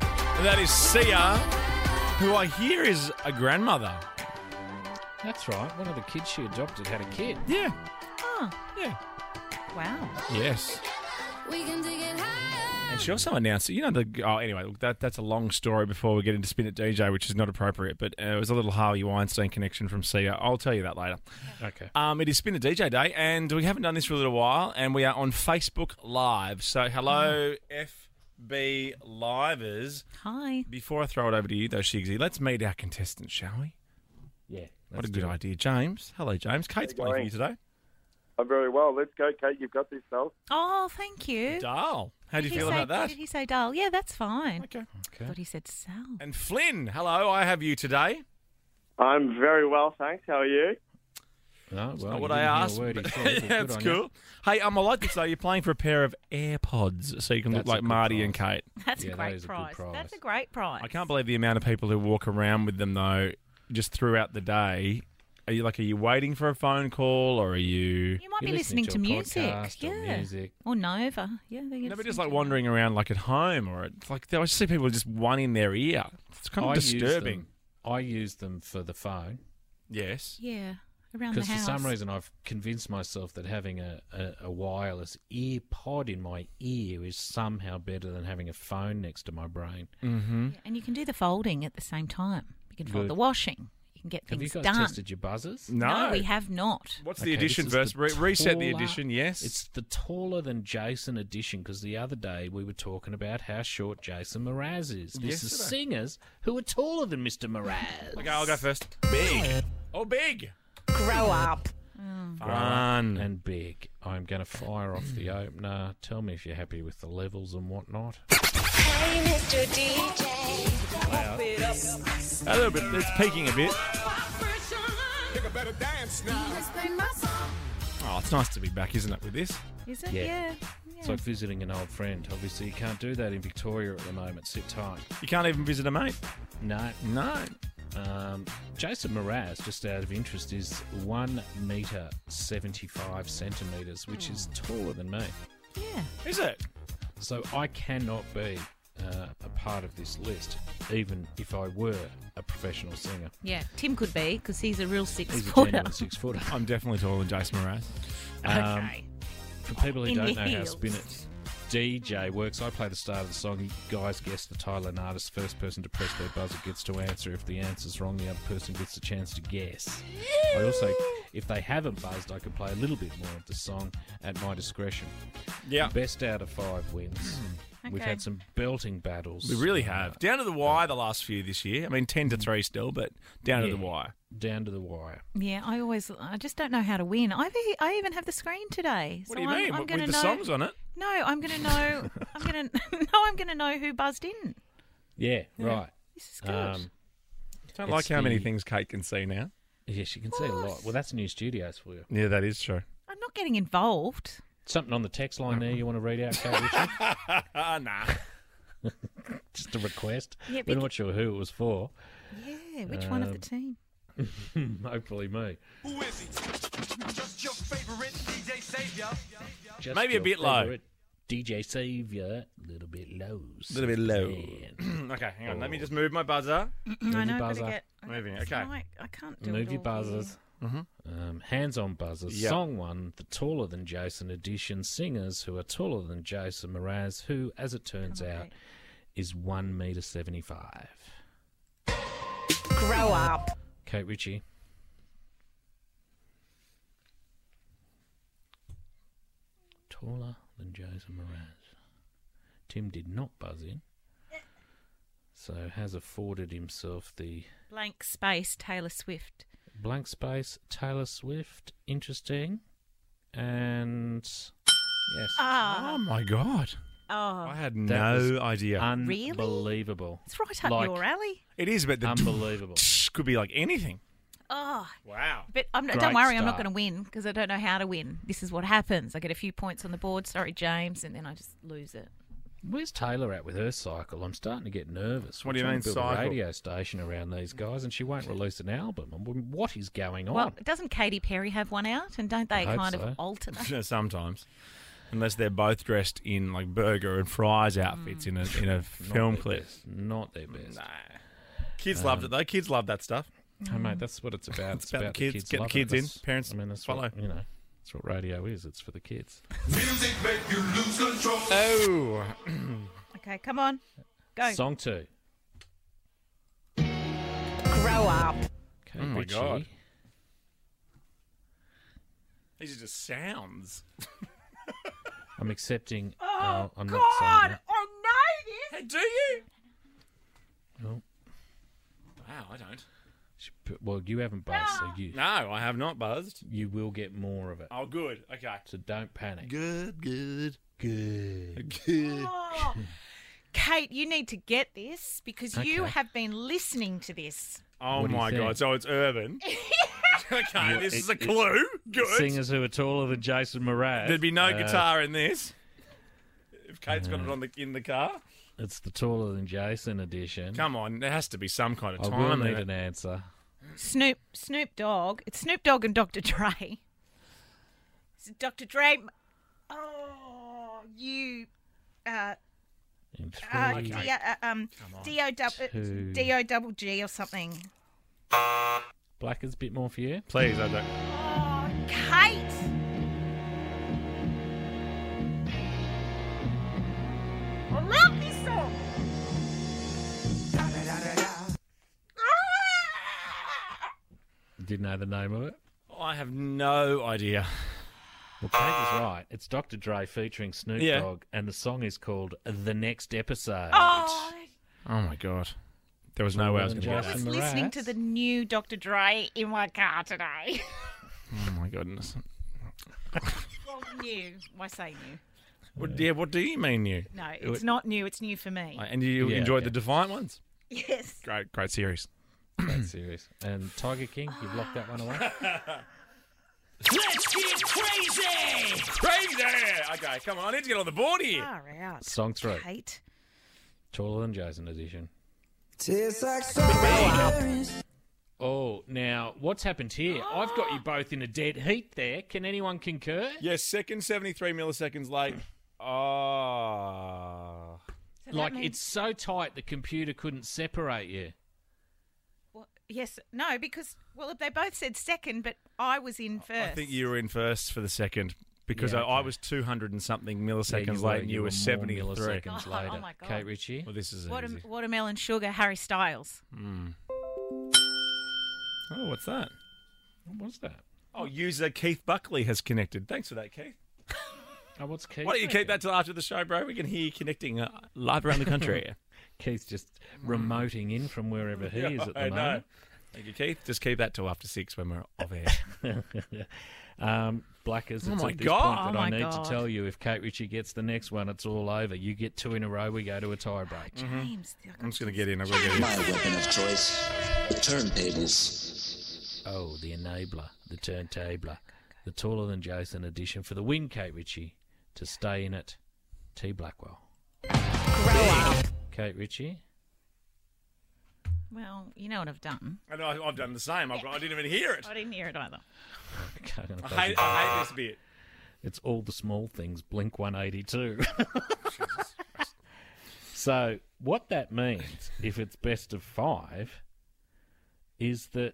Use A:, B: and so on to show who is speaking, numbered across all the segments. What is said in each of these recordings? A: And that is Sia, who I hear is a grandmother.
B: That's right. One of the kids she adopted had a kid.
A: Yeah.
C: Oh,
A: Yeah.
C: wow.
A: Yes.
D: We can dig it higher.
A: And she also announced, you know, the oh, anyway, look, that that's a long story before we get into Spin It DJ, which is not appropriate, but uh, it was a little Harvey Weinstein connection from Sia. I'll tell you that later.
B: Okay.
A: Um, it is Spin It DJ Day, and we haven't done this for a little while, and we are on Facebook Live. So hello, FB Livers.
C: Hi.
A: Before I throw it over to you, though, Shigsy, let's meet our contestants, shall we?
B: Yeah.
A: What a good idea, James. Hello, James. Kate's playing for
E: going?
A: you today.
E: I'm very well. Let's go, Kate. You've got this, pal.
C: Oh, thank you.
A: Dal, how do you
C: Did he
A: feel
C: say-
A: about that?
C: Did he say dull? Yeah, that's fine.
A: Okay.
C: I thought he said sell.
A: And Flynn, hello. I have you today.
E: I'm very well, thanks. How are you?
B: No, Oh,
A: Not
B: well, you
A: what
B: didn't
A: I
B: hear a
A: asked.
B: word he
A: but-
B: said, but
A: yeah,
B: good
A: it's
B: on you.
A: cool. Hey, um, I like this though. You're playing for a pair of AirPods, so you can
B: That's a
A: look like
B: good
A: Marty and Kate.
C: That's
B: Yeah,
C: a
B: that
C: great
B: is a good
C: prize.
B: prize.
C: That's a great prize.
A: I can't believe the amount of people who walk around with them though, just throughout the day. Are you like, are you waiting for a phone call, or are you?
C: You might
B: You're
C: be listening, to,
B: a
C: music.
B: podcast
C: yeah.
B: or music.
C: Or Nova. Yeah, they're
A: No, but
C: listening
A: just like
C: to-
A: wandering around like at home, or at, like I just see people just one in their ear. It's kind of
B: I use them-
A: disturbing.
B: I use them for the phone
A: Yes.
C: Yeah, around the
B: because for
C: house.
B: some reason I've convinced myself that having a, a, a wireless ear pod in my ear is somehow better than having a phone next to my brain.
A: Mm-hmm.
C: Yeah, and you can do the folding at the same time. You can fold
B: Good.
C: the washing. You can get
B: Have you
C: things
B: guys
C: done.
B: tested your buzzers?
A: No.
C: we have not.
A: What's
B: Okay,
A: the
B: this
A: edition
B: is
A: verse?
B: the
A: Re- reset the
B: taller-
A: edition. Yes.
B: It's the taller than Jason edition because the other day we were talking about how short Jason Mraz is. This is
A: Yesterday.
B: singers who are taller than Mr. Mraz.
A: okay. I'll go first. Big. Oh, big. Mm.
F: Grow up.
A: Fun.
B: and big. I'm going to fire off the opener. Tell me if you're happy with the levels and whatnot.
D: Hey, Mr. DJ.
A: A little bit. It's peaking a bit.
D: Let's play my song.
A: Oh, it's nice to be back, isn't it? With this.
C: Is it?
B: Yeah.
C: Yeah. yeah.
B: It's like visiting an old friend. Obviously, you can't do that in Victoria at the moment. Sit tight.
A: You can't even visit a mate.
B: No.
A: No.
B: Um, Jason Mraz, just out of interest, is one meter seventy-five centimeters, which is taller than me.
C: yeah.
A: Is it?
B: So I cannot be uh, a part of this list, even if I were a professional singer.
C: Yeah. Tim could be because he's a real six
B: He's a
C: footer.
B: genuine six footer.
A: I'm definitely taller than Jason Mraz.
B: Um,
C: okay.
B: For people who
C: In
B: don't
C: the
B: know how
C: heels.
B: Spin It DJ works, I play the start of the song. You guys guess the title and artist. First person to press their buzzer gets to answer. If the answer's wrong, the other person gets a chance to guess. I also, if they haven't buzzed, I can play a little bit more of the song at my discretion.
A: Yeah.
B: Best out of five wins. We've
C: Hmm. Okay.
B: had some belting battles. uh,
A: We really have. Down to the wire the last few this year. I mean, 10 to 3 still, but down to
B: Yeah.
A: the wire.
B: Down to the wire.
C: Yeah, I always, I just don't know how to win. I, be, I even have the screen today.
A: What
C: so
A: do you
C: I'm,
A: mean?
C: I'm
A: With
C: gonna
A: the
C: know,
A: songs on it?
C: No, I'm going to know. I'm going to. No, I'm going to know who buzzed in.
B: Yeah, right.
C: This is good.
A: Um, don't
B: It's
A: like how many
B: the-
A: things Kate can see now.
B: yes, you can see a lot. Well, that's new studios for you.
A: Yeah, that is true.
C: I'm not getting involved.
B: Something on the text line there you want to read out, Kate Richard?
A: Ah, nah.
B: just a request.
C: Yeah,
B: We're
C: bec-
B: not sure who it was for.
C: Yeah, which one
A: um,
C: of the team?
B: Hopefully me.
G: Who is he? Just your favorite DJ savior.
B: Just
A: Maybe a
B: your
A: bit low.
B: favourite DJ Saviour, a little bit low. A
A: little bit low. okay, hang on. Let me just move my buzzer.
C: I
B: your
C: know,
B: buzzer.
C: but I get
A: Moving,
C: it's
A: okay.
C: like- I can't do it
B: Move your
C: all here.
B: buzzers. Um, hands on buzzers.
A: Yep.
B: Song one, the taller than Jason edition. Singers who are taller than Jason Mraz, who, as it turns out, is one meter seventy-five.
F: Grow up.
B: Kate Ritchie. Taller than Jason Mraz. Tim did not buzz in, so has afforded himself the
C: Blank space, Taylor Swift.
B: blank space. Taylor Swift, interesting, and yes,
C: Uh,
A: Oh, my God.
C: Ah. Oh,
A: I had
B: That was
A: no idea.
C: really?
B: unbelievable.
C: it's right up
B: Like-
C: your alley.
A: it is, but the
B: Unbelievable.
A: could be like anything.
C: Oh,
A: Wow.
C: but I'm, don't
B: Great
C: worry, I'm not
B: start.
C: going to win because I don't know how to win. This is what happens. I get a few points on the board. Sorry, James, and then I just lose it.
B: Where's Taylor at with her cycle? I'm starting to get nervous.
A: What
B: We're
A: do you
B: trying
A: mean,
B: to build a
A: cycle?
B: radio station around these guys, and she won't release an album. And wh- what is going on?
C: Well, doesn't Katy Perry have one out? And don't they
B: hope
C: kind
B: so.
C: of alternate?
A: Sometimes. unless they're both dressed in like burger and fries outfits in a in a film
B: their
A: clip.
B: best. Not their best.
A: Kids loved it though. Kids loved that stuff.
B: Hey, mate, that's what it's about. It's,
A: about the kids, get the
B: loving
A: kids
B: it.
A: in,
B: That's-
A: parents
B: I mean, that's
A: follow.
B: What, you know, that's what radio is. It's for the kids.
G: Music make you lose control.
A: Oh,
C: Okay, come on. Go.
B: Song two.
C: Grow up.
B: Okay,
A: Oh my
B: Richie.
A: God. these are just sounds.
B: I'm accepting. Oh, I'm
C: God,
B: not saying
C: I
B: that.
C: know this.
A: do you?
B: No.
A: Wow, I don't.
B: She put- Well, you haven't buzzed, so you
A: No, I have not buzzed.
B: you will get more of it.
A: Oh, good. Okay.
B: So don't panic.
G: Good, good.
C: Oh. Kate, you need to get this because you
B: Okay.
C: have been listening to this.
A: Oh
B: What do you
A: my
B: think?
A: god! So it's urban. okay, this is a clue. Good.
B: Singers who are taller than Jason Mraz.
A: There'd be no
B: Uh,
A: guitar in this. If Kate's got it on the in the car,
B: It's the taller than Jason edition.
A: come on. There has to be some kind of
B: I
A: time
B: will need
A: limit.
B: an answer.
C: Snoop Snoop Dogg. It's Snoop Dogg and Dr. Dre. Is it Dr. Dre? Oh, you. Uh,
B: In
C: uh,
B: three,
C: D- uh, um, D-O
B: Two.
C: double, D-O double G or something.
B: Black is a bit more for you.
A: Please, I don't.
C: Oh, Kate. I love this song. Ah!
B: Didn't know the name of it.
A: I have no idea.
B: Well, Kate was right. It's Dr. Dre featuring Snoop
A: Yeah.
B: Dogg, and the song is called "The Next Episode."
C: Oh,
A: Oh my god. There was no way I was going to
B: Well,
A: get
C: I
A: that.
C: was
B: Jason
C: listening
B: Mraz.
C: to the new Dr. Dre in my car today.
A: Oh my goodness.
C: well, new. I say new.
A: What, yeah. What do you mean, you?
C: No, it's not new. It's new for me.
A: And you
B: Yeah,
A: enjoyed
B: okay.
A: the Defiant ones?
C: yes.
A: Great, great series.
B: That's serious. And Tiger King, you've locked that one away.
G: Let's get crazy.
A: Crazy. Okay, come on. I need to get on the board here.
C: Far out.
B: Song three,
C: Kate.
B: taller than Jason edition.
F: Tastes like strawberries.
B: Oh, now what's happened here? I've got you both in a dead heat there. Can anyone concur?
A: Yes, second, seventy-three milliseconds late. Ah.
C: So that
B: Like
C: means-
B: it's so tight the computer couldn't separate you.
C: Well, yes. No, because, well, they both said second, but I was in first.
A: I think you were in first for the second because
B: Yeah,
A: I, I
B: okay.
A: was 200 and something milliseconds
B: Yeah, you
A: late
B: were-
A: and you,
B: were
A: were
B: more
A: 73.
B: milliseconds
C: Oh,
B: later.
C: oh my God.
B: Kate Ritchie.
A: Well, this is
C: Water-
A: easy.
C: watermelon sugar, Harry Styles.
A: Oh, what's that?
B: What was that?
A: Oh, user Keith Buckley has connected. Thanks for that, Keith.
B: Oh, what's Keith?
A: Why don't you keep
B: reckon?
A: that till after the show, bro? We can hear you connecting uh, live around the country.
B: Keith's just remoting in from wherever he is at the
A: I know.
B: moment.
A: Thank you, Keith. Just keep that till after six when we're off air.
B: Um, Blackers,
A: Oh
B: it's
A: my
B: at this
A: God.
B: point that
C: Oh
B: I
C: my
B: need
C: God.
B: to tell you if Kate Ritchie gets the next one, it's all over. You get two in a row, we go to a tie break.
C: James.
A: I'm just going to get in. I'm going to get in.
F: My weapon of choice, the turntables.
B: Oh, the enabler, the turntabler, the taller than Jason edition for the win, Kate Ritchie, to stay in it. T Blackwell. Kate Ritchie.
C: Well, you know what I've done.
A: I know, I- I've done the same. I've, I didn't even hear it.
C: I didn't hear it either.
B: Okay, I'm gonna
A: I
B: play
A: hate,
B: some-
A: I hate this bit.
B: It's all the small things, Blink 182. so, what that means, if it's best of five, is that.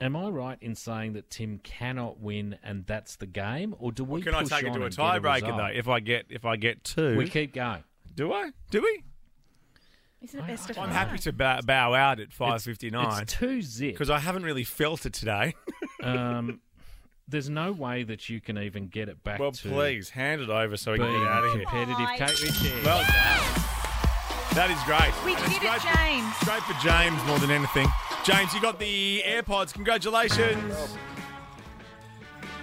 B: Am I right in saying that Tim cannot win and that's the game? Or do we
A: Can I
B: push
A: take it
B: on
A: to a
B: and get
A: tiebreaker
B: result?
A: though? If I get if I get two,
B: We keep going.
A: do I? Do we?
C: Isn't it best of
A: I'm
C: five?
A: happy to bow, bow out at
B: It's-
A: 5:59
B: It's two zip.
A: because I haven't really felt it today.
B: Um, there's no way that you can even get it back
A: well,
B: to
A: please hand it over so we can
B: being
A: get out of here.
B: competitive.
C: Bye.
B: Kate Ritchie.
A: Well done. That is great.
C: We
A: And it's
C: did it,
A: great for-
C: James.
A: Great for James more than anything. James, you got the AirPods. Congratulations.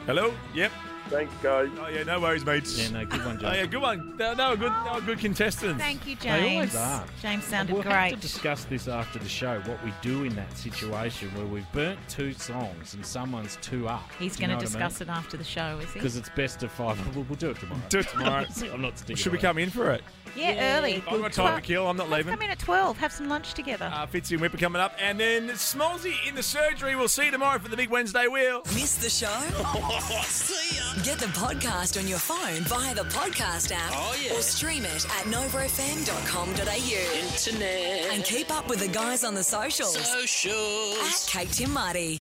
A: Hello. Yep.
E: Thanks, guys.
A: Oh yeah, no worries, mate.
B: yeah, no, good one, Jason.
A: Oh yeah, good one. They they were good. They were good contestants.
C: Thank you, James.
B: They always are.
C: James sounded
B: We'll have to
C: great.
B: discuss this after the show. What we do in that situation where we've burnt two songs and someone's two up.
C: He's going to discuss it after the show, is he?
B: because it's best of five. We'll, we'll do it tomorrow.
A: Do it tomorrow.
B: See, I'm not sticking.
A: Should we
B: around.
A: come in for it?
C: Yeah, early.
A: I've got time to kill. I'm not
C: Let's
A: leaving.
C: come in at 12, have some lunch together.
A: Uh, Fitzy and Whipper coming up, and then Smallsy in the surgery. We'll see you tomorrow for the big Wednesday wheel.
H: Miss the show? Get the podcast on your phone via the podcast app
I: Oh, yeah.
H: or stream it at novrofm.com.au
I: Internet.
H: and keep up with the guys on the socials
I: Socials.
H: at Kate Tim Marty.